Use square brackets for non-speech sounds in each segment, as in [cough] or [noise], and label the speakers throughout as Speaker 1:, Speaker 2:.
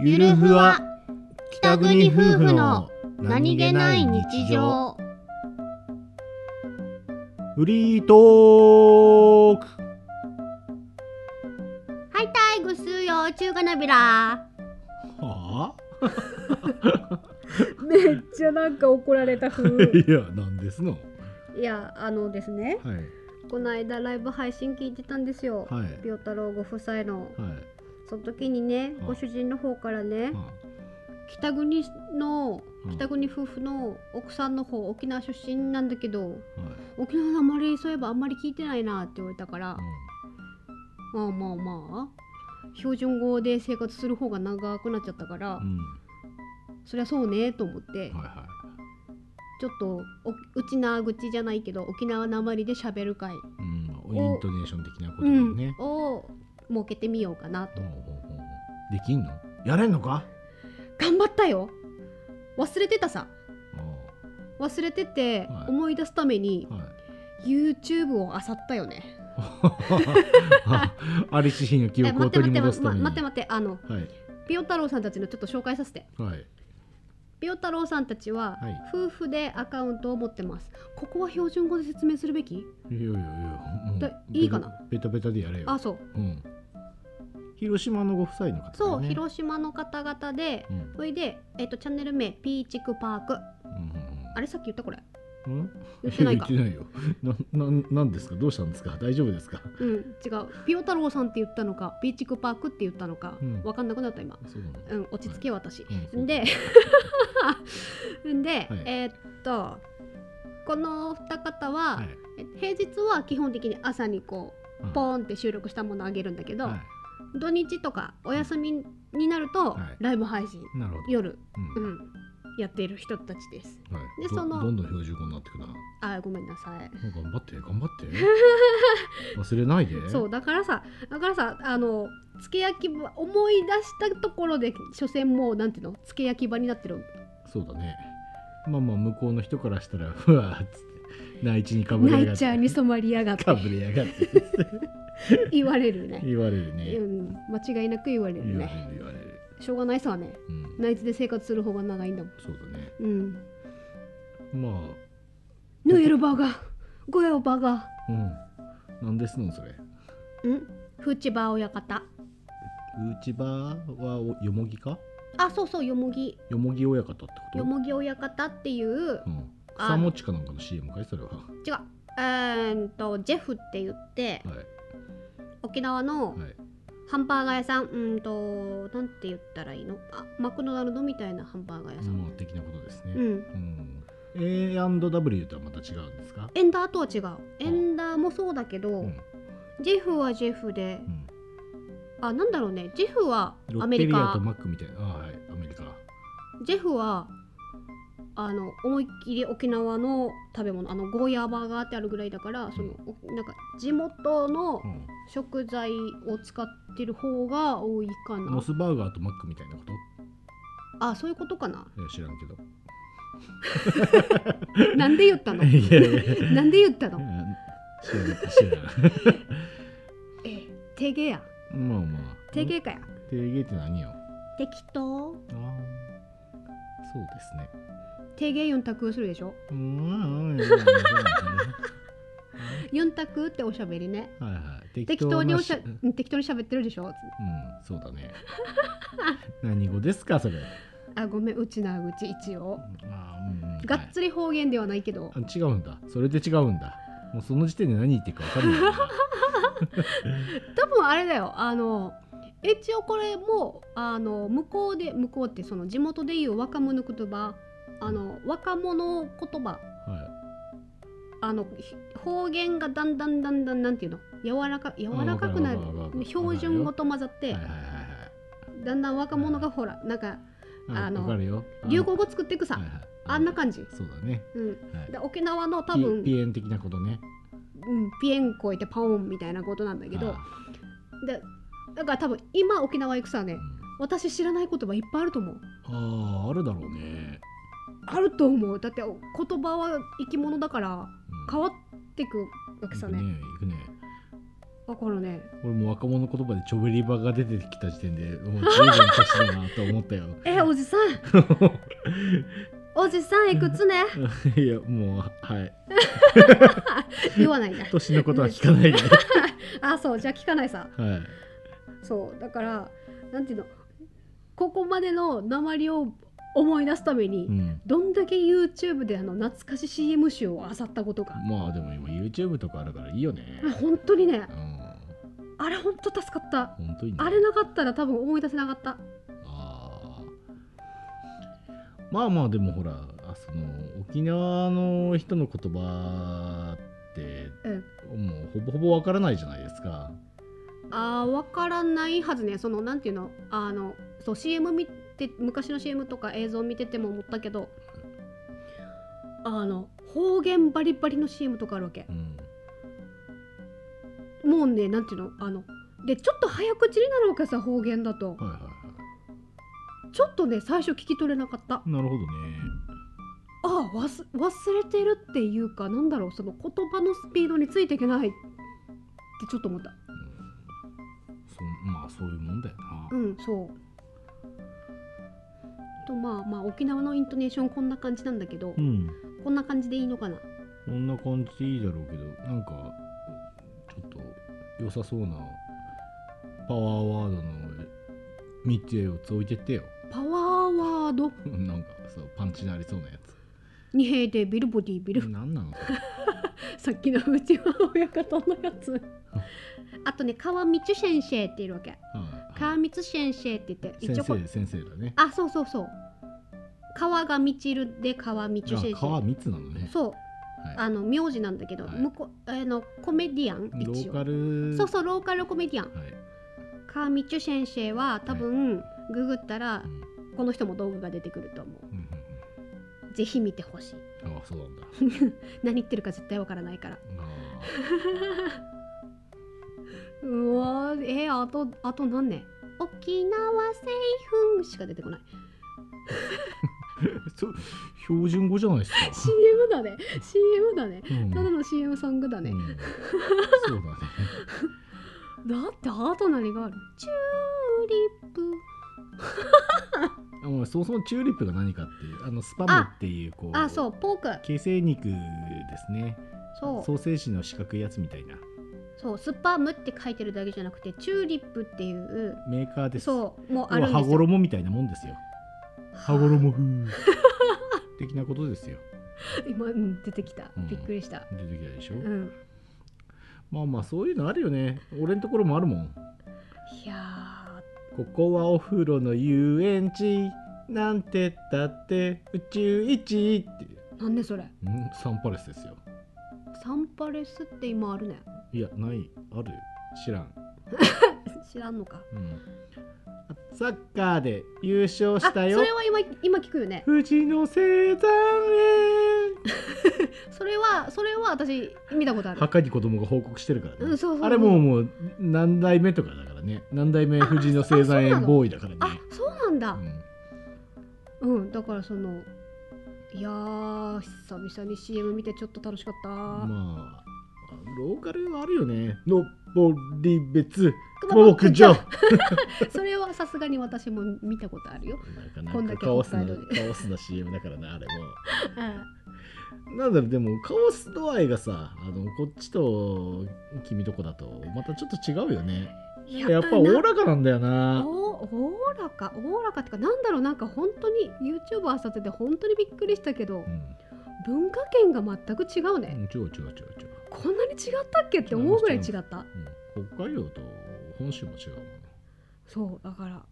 Speaker 1: ゆるふわ北国夫婦のフリートーク
Speaker 2: はいたいぐすーよ中華なびら
Speaker 1: はあ
Speaker 2: [laughs] めっちゃなんか怒られた風
Speaker 1: いやなんですの
Speaker 2: いやあのですね
Speaker 1: はい
Speaker 2: この間ライブ配信聞いてたんですよ、
Speaker 1: はい
Speaker 2: ビオ太郎ご夫妻の
Speaker 1: はい
Speaker 2: その時にね
Speaker 1: あ
Speaker 2: ご主人の方からね
Speaker 1: あ
Speaker 2: 北国の
Speaker 1: うん
Speaker 2: 北国夫婦の奥さんの方沖縄出身なんだけど
Speaker 1: はい
Speaker 2: 沖縄のあまりそういえばあんまり聞いてないなって言われたからまあまあまあ標準語で生活する方が長くなっちゃったから、
Speaker 1: うん
Speaker 2: そりゃそうねと思って、
Speaker 1: うんはいは
Speaker 2: ちょっとおうちな口じゃないけど沖縄なまりで喋る会、
Speaker 1: いうんイントネーション的なこと
Speaker 2: う
Speaker 1: だよ
Speaker 2: ん
Speaker 1: ね
Speaker 2: を設けてみようか
Speaker 1: ほ
Speaker 2: なと
Speaker 1: うほうほうほうできんのやれんのか
Speaker 2: 頑張ったよ忘れてたさ
Speaker 1: あ
Speaker 2: 忘れてて
Speaker 1: はい
Speaker 2: 思い出すために
Speaker 1: あ
Speaker 2: [laughs]
Speaker 1: はい
Speaker 2: YouTube を漁ったよね、
Speaker 1: アリシヒの記
Speaker 2: え
Speaker 1: 憶
Speaker 2: 待
Speaker 1: を
Speaker 2: って
Speaker 1: 取
Speaker 2: 待っ
Speaker 1: り
Speaker 2: て
Speaker 1: 戻す
Speaker 2: 待
Speaker 1: ために
Speaker 2: って待ってあの
Speaker 1: はい
Speaker 2: ピオ太郎さんたちのちょっと紹介させて
Speaker 1: はい
Speaker 2: ピオ太郎さんたちは
Speaker 1: はい
Speaker 2: 夫婦でアカウントを持ってます、ここは標準語で説明するべき
Speaker 1: いやいやいやもう
Speaker 2: だいいかな
Speaker 1: ベタベタベタでやれよ
Speaker 2: あそう
Speaker 1: うん、広島のご夫妻の方、ね、
Speaker 2: そう、広島の方々で
Speaker 1: うんうん
Speaker 2: それで、えっとチャンネル名ピーチクパーク
Speaker 1: うん
Speaker 2: あれさっき言ったこれ
Speaker 1: うんん
Speaker 2: 言ってない
Speaker 1: や
Speaker 2: か
Speaker 1: [laughs] 言ってないよなななんですかどうしたんですか大丈夫ですか
Speaker 2: うん違うピオ太郎さんって言ったのかピーチクパークって言ったのか、
Speaker 1: うん
Speaker 2: わかんなくなった今
Speaker 1: そうなの
Speaker 2: うん落ち着け私、
Speaker 1: うん [laughs] そう
Speaker 2: でんで、
Speaker 1: い
Speaker 2: えーっとこの二方は、
Speaker 1: はい
Speaker 2: 平日は基本的に朝にこ
Speaker 1: うん
Speaker 2: うポーンって収録したものあげるんだけど、
Speaker 1: は
Speaker 2: 土日とかお休みになると、
Speaker 1: はい
Speaker 2: ライブ配信
Speaker 1: いなるほど
Speaker 2: 夜、
Speaker 1: う
Speaker 2: うんん、やっている人たちです
Speaker 1: はい、
Speaker 2: で
Speaker 1: ど
Speaker 2: その
Speaker 1: どんどん標準語になってくなも
Speaker 2: あーごめんなさいう
Speaker 1: 頑張って頑張って
Speaker 2: [laughs]
Speaker 1: 忘れないで
Speaker 2: そうだからさだからさあのつけ焼き場思い出したところで所詮もうなんていうのつけ焼き場になってる
Speaker 1: そうだねまあまあ向こうの人からしたらふわーっつって内地にかぶれや
Speaker 2: ナ
Speaker 1: が
Speaker 2: イ
Speaker 1: っ
Speaker 2: チャー
Speaker 1: て
Speaker 2: に染まりやがって
Speaker 1: [laughs] かぶれやがって
Speaker 2: 言われるね
Speaker 1: 言われる
Speaker 2: う
Speaker 1: ね
Speaker 2: ん間違いなく言われる
Speaker 1: 言われ
Speaker 2: ね
Speaker 1: る言われる、
Speaker 2: しょうがないさはね
Speaker 1: うん、
Speaker 2: ナイツで生活する方が長いんだもん
Speaker 1: そうだね
Speaker 2: うん
Speaker 1: まあ
Speaker 2: ヌエルバー [laughs] ガーゴヨバーガ
Speaker 1: うんなんですのそれ
Speaker 2: ーんフーチバー親
Speaker 1: う
Speaker 2: 方
Speaker 1: ちばはおよもぎか
Speaker 2: あそうそうよもぎ
Speaker 1: よもぎ親方ってこと
Speaker 2: よもぎ親方っていう
Speaker 1: うん
Speaker 2: あ
Speaker 1: 草もちかなんかの CM かいそれはは
Speaker 2: 違うえー、っとジェフって言って
Speaker 1: い
Speaker 2: 沖縄
Speaker 1: は
Speaker 2: の、
Speaker 1: い
Speaker 2: ハンバーガー屋さん、うーんと、なんて言ったらいいのあ、マクドナルドみたいなハンバーガー屋さん。
Speaker 1: まあ的なことです
Speaker 2: う
Speaker 1: ね
Speaker 2: ん。
Speaker 1: うん A&W とはまた違うんですか
Speaker 2: エンダーとは違う。エンダーもそうだけど、
Speaker 1: うん
Speaker 2: ジェフはジェフで
Speaker 1: う、ん
Speaker 2: あ、なんだろうね、ジェフは
Speaker 1: ロ
Speaker 2: ア
Speaker 1: ッ
Speaker 2: メ
Speaker 1: テ
Speaker 2: リ
Speaker 1: リアと
Speaker 2: カ、
Speaker 1: マックみたいなあはいアメリカ
Speaker 2: ジェフは、あの、思いっきり沖縄の食べ物、あの、ゴーヤーバーガーってあるぐらいだから、その、おなんか、地元の
Speaker 1: うん
Speaker 2: 食材を使ってる方が多いかな
Speaker 1: モ。スバーガーとマックみたいなこと
Speaker 2: あ、そういうことかな。
Speaker 1: いや知らんけど
Speaker 2: なんで
Speaker 1: [laughs]
Speaker 2: 言ったの
Speaker 1: いやいやいや
Speaker 2: なんで言ったの
Speaker 1: [laughs] 知らん [laughs] 知ら
Speaker 2: え、手芸や。
Speaker 1: んまあまあ
Speaker 2: 手芸かや。
Speaker 1: 定芸って何よ
Speaker 2: 適当
Speaker 1: ああそうですね
Speaker 2: 定芸4択するでしょ
Speaker 1: うーん
Speaker 2: 4択っておしゃべりね
Speaker 1: はいはい、
Speaker 2: 適当におしゃ
Speaker 1: なうん、
Speaker 2: うん適当にしゃべってるでしょ
Speaker 1: そうだね。何語ですか、それ。
Speaker 2: あごめんうちなうち一応
Speaker 1: あーうん、
Speaker 2: がっつり方言ではないけど
Speaker 1: はいあ違うんだ、それで違うんだ。もうその時点で何言ってるかわかんないんだ。
Speaker 2: 多分あれだよあの一応これもあの向こうで向こうってその地元でいう若者言葉あの若者言葉
Speaker 1: は
Speaker 2: あのひ方言がだんだんだんだんなんていうの柔らか柔らかくなる
Speaker 1: うんわかるわかるわかる
Speaker 2: 標準語と混ざっ
Speaker 1: い、
Speaker 2: て
Speaker 1: はいはいはいはい。
Speaker 2: だんだん若者がほらなんか
Speaker 1: あ
Speaker 2: あの
Speaker 1: わかるよ。あの
Speaker 2: 流行語作っていくさ
Speaker 1: はいはい
Speaker 2: あんな感じ
Speaker 1: そうだね。
Speaker 2: うん
Speaker 1: はい。
Speaker 2: で沖縄の多
Speaker 1: ピ
Speaker 2: 分
Speaker 1: ピエン的なことね。
Speaker 2: うん、ピエン越えてパオンみたいなことなんだけど
Speaker 1: あ
Speaker 2: でだから多分今沖縄行くさね
Speaker 1: ー
Speaker 2: 私知らない言葉いっぱいあると思う
Speaker 1: うんあー、あるだろうね。
Speaker 2: あると思うだって言葉は生き物だから
Speaker 1: うん
Speaker 2: 変わってくわけさね
Speaker 1: 行くね。行くね。
Speaker 2: わかるね
Speaker 1: 俺も若者言葉でチョベリバが出てきた時点でもう随分年だなと思ったよ [laughs]
Speaker 2: えおじさんおじさんいくつね
Speaker 1: いやもうはい
Speaker 2: 言わないんだ
Speaker 1: 年のことは聞かないで
Speaker 2: [laughs] あそうじゃあ聞かないさ
Speaker 1: はい
Speaker 2: そうだからなんていうのここまでの鉛を思い出すために、
Speaker 1: うん
Speaker 2: どんだけ YouTube であの懐かし CM 集を漁ったことか、
Speaker 1: まあでも今 YouTube とかあるからいいよね
Speaker 2: あ本当にね
Speaker 1: うん
Speaker 2: あれ本当助かった
Speaker 1: 本当にね
Speaker 2: あれなかったら多分思い出せなかった
Speaker 1: あーまあまあでもほらあその沖縄の人の言葉って
Speaker 2: うん
Speaker 1: もうほぼほぼわからないじゃないですか
Speaker 2: あーわからないはずねそのなんていうのあのそう CM 見て昔の CM とか映像見てても思ったけどあの方言バリバリの CM とかあるわけ
Speaker 1: うん
Speaker 2: もうねなんていうのあのでちょっと早口になるわけさ方言だと
Speaker 1: はいはいは
Speaker 2: ちょっとね最初聞き取れなかった
Speaker 1: いなるほどね
Speaker 2: ああ忘忘れてるっていうかなんだろうその言葉のスピードについていけないってちょっと思った
Speaker 1: そまあそういうもんだよな
Speaker 2: うんそうとまあまあ沖縄のイントネーションこんな感じなんだけど、
Speaker 1: うん
Speaker 2: こんな感じでいいのかな
Speaker 1: こんな感じでいいだろうけどなんかちょっと良さそうなパワーワードの3つ4つ置いてってよ [laughs]
Speaker 2: パワーワード
Speaker 1: なんかそうパンチなりそうなやつ
Speaker 2: 二平でビルボディビル、
Speaker 1: 何
Speaker 2: [laughs]
Speaker 1: なのそれ
Speaker 2: さっきのうちは親方のやつあとね川道先生っているわけ
Speaker 1: はい
Speaker 2: 川道先生って言って
Speaker 1: 先
Speaker 2: こ
Speaker 1: 生先生だね。
Speaker 2: あそうそうそう川が満ちるで川道先
Speaker 1: あ川
Speaker 2: 生
Speaker 1: 三つなのね。
Speaker 2: そう
Speaker 1: はい。
Speaker 2: あの名字なんだけど、
Speaker 1: はい
Speaker 2: 向こうあのコメディアン
Speaker 1: ロ
Speaker 2: 一
Speaker 1: ー
Speaker 2: 応
Speaker 1: カル。
Speaker 2: そうそうローカルコメディアン
Speaker 1: はい。
Speaker 2: 川道先生は多分、ググったら
Speaker 1: うん
Speaker 2: この人も道具が出てくると思
Speaker 1: うんうん
Speaker 2: うぜひ見てほしい
Speaker 1: うんあそうなんだ。
Speaker 2: [laughs] 何言ってるか絶対わからないから
Speaker 1: あ
Speaker 2: うわーえー、あとあと何年沖縄製粉しか出てこない
Speaker 1: ーそう標準語じゃないですか。
Speaker 2: CM だね CM だね
Speaker 1: うん
Speaker 2: ただの CM ソングだね
Speaker 1: う、んそうだね。
Speaker 2: だってあと何があるチューリップ
Speaker 1: あもうそもそもチューリップが何かっていうあのスパムっていうこう。
Speaker 2: あそうポーク
Speaker 1: 形成肉ですね。
Speaker 2: そう
Speaker 1: ソーセージの四角いやつみたいな。
Speaker 2: そうスパムって書いてるだけじゃなくてチューリップっていう
Speaker 1: メーカーです。
Speaker 2: そうもうあ
Speaker 1: 要
Speaker 2: る
Speaker 1: は
Speaker 2: んで
Speaker 1: 羽
Speaker 2: すよ
Speaker 1: 衣みたいなもんですよ。羽衣風的なことですよ。
Speaker 2: [laughs] 今、うん、出てきた
Speaker 1: うん
Speaker 2: びっくりした、
Speaker 1: 出てきたでしょ。
Speaker 2: うん
Speaker 1: まあまあそういうのあるよね俺のところもあるもん
Speaker 2: いや
Speaker 1: ここはお風呂の遊園地なんてったって宇宙一って
Speaker 2: ーなんでそれ
Speaker 1: んサンパレスですよ
Speaker 2: サンパレスって今あるね
Speaker 1: いやないある知らん、
Speaker 2: 知らんのか
Speaker 1: うん、あサッカーで優勝
Speaker 2: あ
Speaker 1: し
Speaker 2: そ
Speaker 1: たよ
Speaker 2: れは今今聞くよね
Speaker 1: 富士の生産へ
Speaker 2: それはそれは私見たことある
Speaker 1: 墓に子供が報告してるからね、
Speaker 2: うんそうそうそう
Speaker 1: あれもうもう何代目とかだからね何代目富士の生産へボーイだからね
Speaker 2: あそうなんだ
Speaker 1: うん
Speaker 2: うん、だからそのいやー久々に CM 見てちょっと楽しかった、
Speaker 1: まあ、ローカルはあるよね。のぼり別
Speaker 2: 熊本
Speaker 1: 牧場。な
Speaker 2: [laughs] それはさすがに私も見たことあるよ、
Speaker 1: んかな
Speaker 2: こん
Speaker 1: ん
Speaker 2: だ
Speaker 1: か
Speaker 2: け
Speaker 1: カオスな
Speaker 2: 北海道
Speaker 1: カオスな CM だからな、あれも。
Speaker 2: うん
Speaker 1: なんだろう、でもカオス度合いがさ、あのこっちと君とこだとまたちょっと違うよね。
Speaker 2: い
Speaker 1: やっぱおおらかなんだよ
Speaker 2: な
Speaker 1: な。
Speaker 2: おおおらかおおらかってかなんだろうなんか本当に YouTube あさってて本当にびっくりしたけど
Speaker 1: うん、
Speaker 2: 文化圏が全く違う
Speaker 1: う
Speaker 2: ね、
Speaker 1: ん違う違う違う違う。
Speaker 2: こんなに違ったっけって思うぐらい違った
Speaker 1: うん、北海道と本州も違うもんね。
Speaker 2: そうだから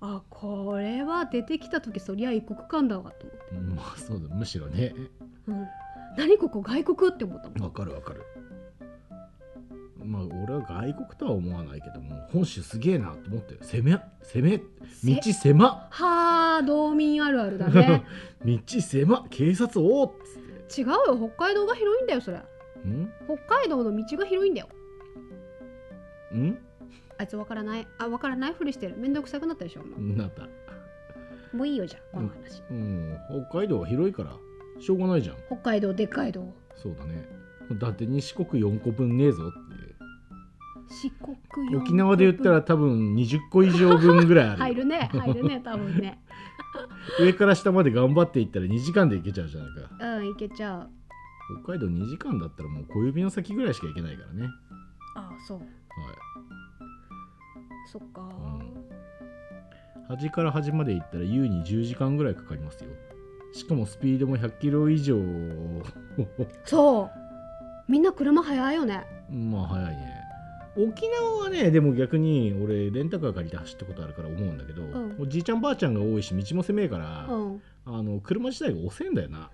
Speaker 2: あこれは出てきた時そりゃ異国感だわと思って、
Speaker 1: うんまあそうだ、むしろね。
Speaker 2: うん、何ここ外国って思ったもん
Speaker 1: わかるわかるまあ俺は外国とは思わないけども本州すげえなと思って攻め攻め
Speaker 2: せ
Speaker 1: 道狭
Speaker 2: はあ道民あるあるだね
Speaker 1: [laughs] 道狭警察おーっつっ
Speaker 2: 違うよ北海道が広いんだよそれ
Speaker 1: てん
Speaker 2: 北海道の道が広いんだよ
Speaker 1: ん
Speaker 2: あいつわからないあわからないふりしてるめんどくさくなったでしょも
Speaker 1: なんだ
Speaker 2: うもういいよじゃあこの話、
Speaker 1: うん北海道は広いからしょうがないじゃん
Speaker 2: 北海道でっかい道
Speaker 1: そうだねだって西国4個分ねえぞって
Speaker 2: 四国四国
Speaker 1: 沖縄で言ったら多分20個以上分ぐらいある
Speaker 2: 入
Speaker 1: [laughs]
Speaker 2: るね入るね多分ね
Speaker 1: 上から下まで頑張っていったら2時間で行けちゃうじゃないか
Speaker 2: うんいけちゃう
Speaker 1: 北海道2時間だったらもう小指の先ぐらいしか行けないからねはい
Speaker 2: ああそうそっか、
Speaker 1: 端から端まで行ったら優に10時間ぐらいかかりますよしかもスピードも100キロ以上
Speaker 2: そうみんな車早いよね
Speaker 1: まあ早いね沖縄はねでも逆に俺レンタカー借りて走ったことあるから思うんだけど、
Speaker 2: ん
Speaker 1: おじいちゃんばあちゃんが多いし道も狭いから、
Speaker 2: うん
Speaker 1: あの車自体が遅いんだよな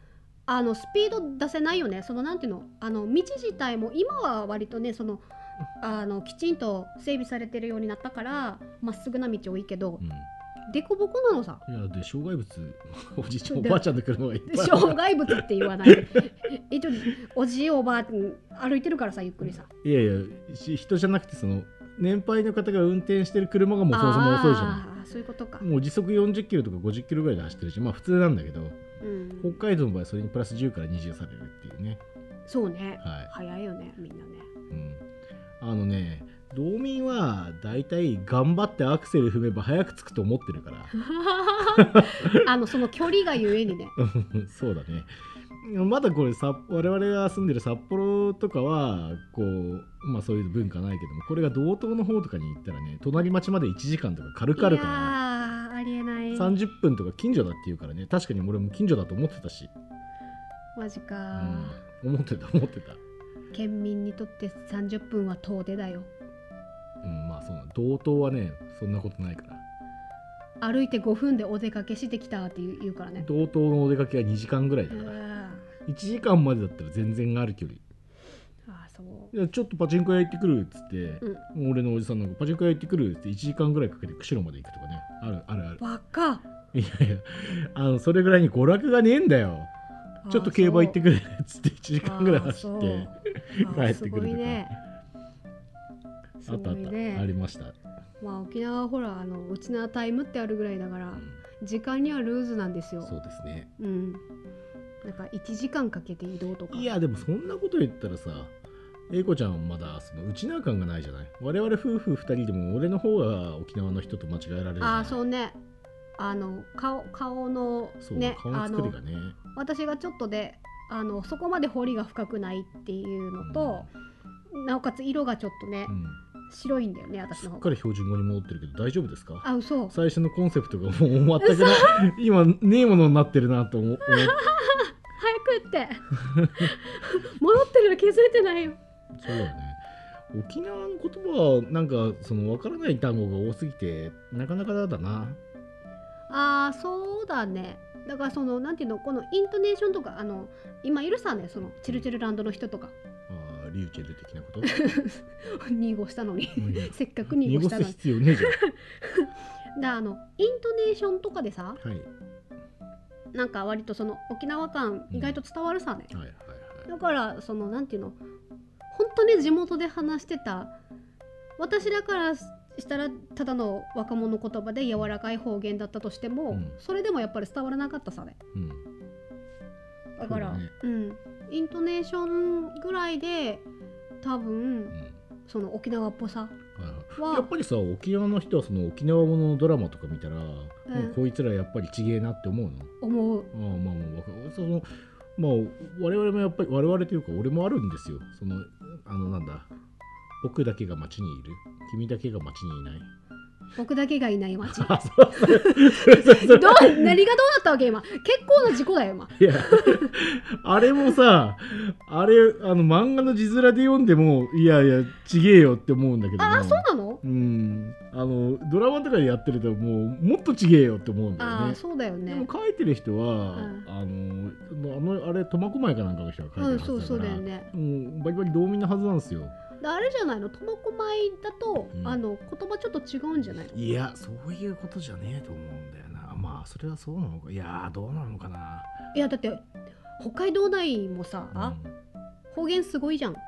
Speaker 2: あのスピード出せないよねそのなんていうのあの道自体も今は割とねそのあのきちんと整備されてるようになったからまっすぐな道多いけど
Speaker 1: うん
Speaker 2: 凸凹なのさ
Speaker 1: いやで障害
Speaker 2: [laughs]
Speaker 1: 物おじいちゃんおばあちゃんの車がいっぱいある
Speaker 2: 障害物って言わない [laughs] 一応おじいおばあ歩いてるからさゆっくりさ
Speaker 1: いやいやし人じゃなくてその年配の方が運転してる車がもうそもそも遅いじゃな
Speaker 2: あーそういうことか
Speaker 1: いもう時速40キロとか50キロぐらいで走ってるしまあ普通なんだけど
Speaker 2: うん
Speaker 1: 北海道の場合それにプラス10から20されるっていうね
Speaker 2: そうね
Speaker 1: はい
Speaker 2: 早いよねみんなね
Speaker 1: うんあのね道民は大体頑張ってアクセル踏めば早く着くと思ってるから [laughs]
Speaker 2: あのその距離がゆえにね
Speaker 1: そうだねまだこれさ我々が住んでる札幌とかはこうまあそういう文化ないけどもこれが道東の方とかに行ったらね隣町まで1時間とか軽々
Speaker 2: い
Speaker 1: か
Speaker 2: や
Speaker 1: ら
Speaker 2: ーありえない
Speaker 1: 30分とか近所だって言うからね確かに俺も近所だと思ってたし、
Speaker 2: マジか
Speaker 1: う
Speaker 2: ー、
Speaker 1: ん、思ってた思ってた、
Speaker 2: 県民にとって30分は遠出だよ
Speaker 1: うん、まあそうな同等はねそんなことないから
Speaker 2: 歩いて5分でお出かけしてきたって言う言うからね
Speaker 1: 同等のお出かけは2時間ぐらいうだから
Speaker 2: わ
Speaker 1: 1時間までだったら全然ある距離
Speaker 2: ーあーそう
Speaker 1: いやちょっとパチンコ屋行ってくるっつって、俺のおじさんなんかパチンコ屋行ってくるっつって1時間ぐらいかけて釧路まで行くとかねあるあるある [laughs]
Speaker 2: バカ
Speaker 1: いやいやあのそれぐらいに娯楽がねえんだよちょっと競馬行って
Speaker 2: く
Speaker 1: くるっつって1時間ぐらい走 [laughs] って帰ってくるとか
Speaker 2: すごいねす
Speaker 1: あった
Speaker 2: ご
Speaker 1: あっ
Speaker 2: い
Speaker 1: た、あ
Speaker 2: ね
Speaker 1: りました、
Speaker 2: まあ沖縄はほらあのうちのタイムってあるぐらいだから
Speaker 1: うん
Speaker 2: 時間にはルーズなんですよ
Speaker 1: そうですね
Speaker 2: うんなんか1時間かけて移動とか
Speaker 1: いやでもそんなこと言ったらさ英子ちゃんはまだそのうちな感がないじゃない我々夫婦2人でも俺の方が沖縄の人と間違えられるじゃない
Speaker 2: あーそうねあの顔顔の
Speaker 1: そう
Speaker 2: ね
Speaker 1: 顔
Speaker 2: あ
Speaker 1: の作り
Speaker 2: の
Speaker 1: がね
Speaker 2: 私がちょっとであのそこまで彫りが深くないっていうのと、なおかつ色がちょっとね、
Speaker 1: うん
Speaker 2: 白いんだよね私
Speaker 1: す
Speaker 2: の
Speaker 1: っ
Speaker 2: 方
Speaker 1: か
Speaker 2: が
Speaker 1: り標準語に戻ってるけど大丈夫ですか
Speaker 2: あ嘘
Speaker 1: 最初のコンセプトがもう全くない今ねえものになってるなと思う
Speaker 2: 早くって [laughs] 戻ってるの気づいてないよ
Speaker 1: そうだよね沖縄の言葉はなんかそのわからない単語が多すぎてなかなかだな
Speaker 2: ああそうだねだからそのなんていうのこのイントネーションとかあの今いるさねそのチルチルランドの
Speaker 1: [laughs]
Speaker 2: 人とか
Speaker 1: あーリューチェル的なこと
Speaker 2: 濁したのに
Speaker 1: うん
Speaker 2: せっかく濁
Speaker 1: 濁
Speaker 2: した
Speaker 1: す
Speaker 2: のに
Speaker 1: 必要ねえじ
Speaker 2: [laughs] だあのイントネーションとかでさ
Speaker 1: ゃんはい
Speaker 2: なんか割とその沖縄感意外と伝わるさね、
Speaker 1: はいはいはい
Speaker 2: だからそのなんていうの本当に地元で話してた私らからしたらただの若者言葉で柔らかい方言だったとしても、
Speaker 1: うん
Speaker 2: それでもやっぱり伝わらなかったさね
Speaker 1: うん
Speaker 2: だから
Speaker 1: そううだね
Speaker 2: んイントネーションぐらいで多分その沖縄っぽさ
Speaker 1: うんはいはい
Speaker 2: は
Speaker 1: やっぱりさ沖縄の人はその沖縄もののドラマとか見たら、もうこいつらやっぱりちげえなって思うの
Speaker 2: 思う
Speaker 1: ああまあもうわかそのまあ我々もやっぱり我々というか俺もあるんですよそのあのなんだ僕だけが街にいる君だけが街にいない
Speaker 2: 僕だけがいない町どう
Speaker 1: あそうそうそうそう
Speaker 2: 何 [laughs] がどうだったわけ今結構な事故だよ今
Speaker 1: いやあれもさあれあの漫画の字面で読んでもいやいやちげえよって思うんだけど
Speaker 2: ああそう
Speaker 1: う
Speaker 2: なの
Speaker 1: うんあのドラマとかでやってるともうもっとちげえよって思うんだよ
Speaker 2: あ
Speaker 1: ね
Speaker 2: あそうだよ
Speaker 1: で
Speaker 2: ね
Speaker 1: も書いてる人は、
Speaker 2: うん
Speaker 1: あのあのあれ苫小牧かなんかの人が書いて
Speaker 2: う
Speaker 1: るはずだ
Speaker 2: ん
Speaker 1: から、
Speaker 2: そうそうだよね
Speaker 1: もうバリバリ道民なはずなんですよ
Speaker 2: であれじゃないの苫小牧だと、
Speaker 1: うん
Speaker 2: あの言葉ちょっと違うんじゃないの
Speaker 1: いやそういうことじゃねえと思うんだよなまあそれはそうなのかいやーどうなのかない
Speaker 2: やだって北海道内もさ、
Speaker 1: うん
Speaker 2: 方言すごいじゃん、
Speaker 1: ま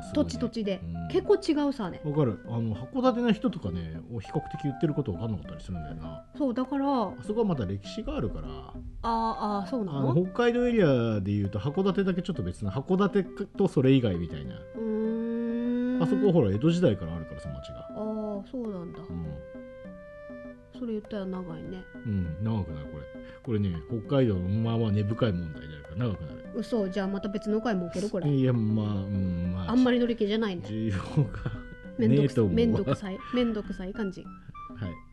Speaker 1: あすごい
Speaker 2: 土
Speaker 1: ね
Speaker 2: 地土地で、
Speaker 1: うん
Speaker 2: 結構違うさね
Speaker 1: わかるあの函館の人とかねお比較的言ってることわかんなかったりするんだよな
Speaker 2: そうだからあー
Speaker 1: あそこはまた歴史があるから
Speaker 2: あーそうな
Speaker 1: あ
Speaker 2: の
Speaker 1: の北海道エリアでいうと函館だけちょっと別な函館とそれ以外みたいな
Speaker 2: うー
Speaker 1: あそこ
Speaker 2: ら
Speaker 1: ほら江戸時代からあるからさ町が
Speaker 2: ああそうなんだ、
Speaker 1: う
Speaker 2: それ言ったら長いね
Speaker 1: ん、うん、長くなるこれこれね北海道のまあまあ根深い問題であるから長くなる
Speaker 2: 嘘じゃあまた別の回設けるこれ
Speaker 1: いやまあうんまあ
Speaker 2: あんまり乗り気じゃないね
Speaker 1: 需要が
Speaker 2: めんどく
Speaker 1: ねえと
Speaker 2: さ
Speaker 1: 思う
Speaker 2: めんどくさいめんどくさい感じ
Speaker 1: は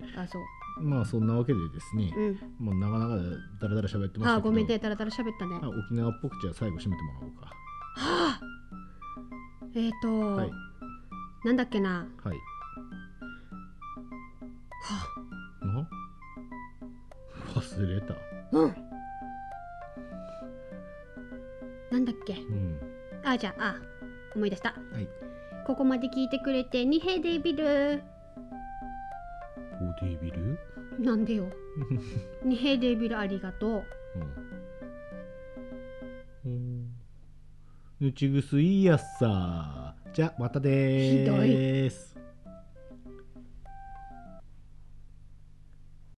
Speaker 1: い
Speaker 2: あそう
Speaker 1: まあそんなわけでですね、
Speaker 2: うん
Speaker 1: もうなかなかだらだら喋ってましたけど
Speaker 2: ああごめんねだらだら喋ったね
Speaker 1: あ沖縄っぽくじゃあ最後締めてもらおうか
Speaker 2: はあえっ、と、
Speaker 1: はい
Speaker 2: なんだっけな
Speaker 1: はい
Speaker 2: は
Speaker 1: な忘れた
Speaker 2: あうんなんだっけ
Speaker 1: うん
Speaker 2: あじゃああ思い出した
Speaker 1: はい
Speaker 2: ここまで聞いてくれて二平デビル
Speaker 1: ボディビル
Speaker 2: なん [laughs] でよ二平デビルありがとう
Speaker 1: うんうんぬちぐすいいやっさじゃあまたでーす
Speaker 2: ひどい
Speaker 1: す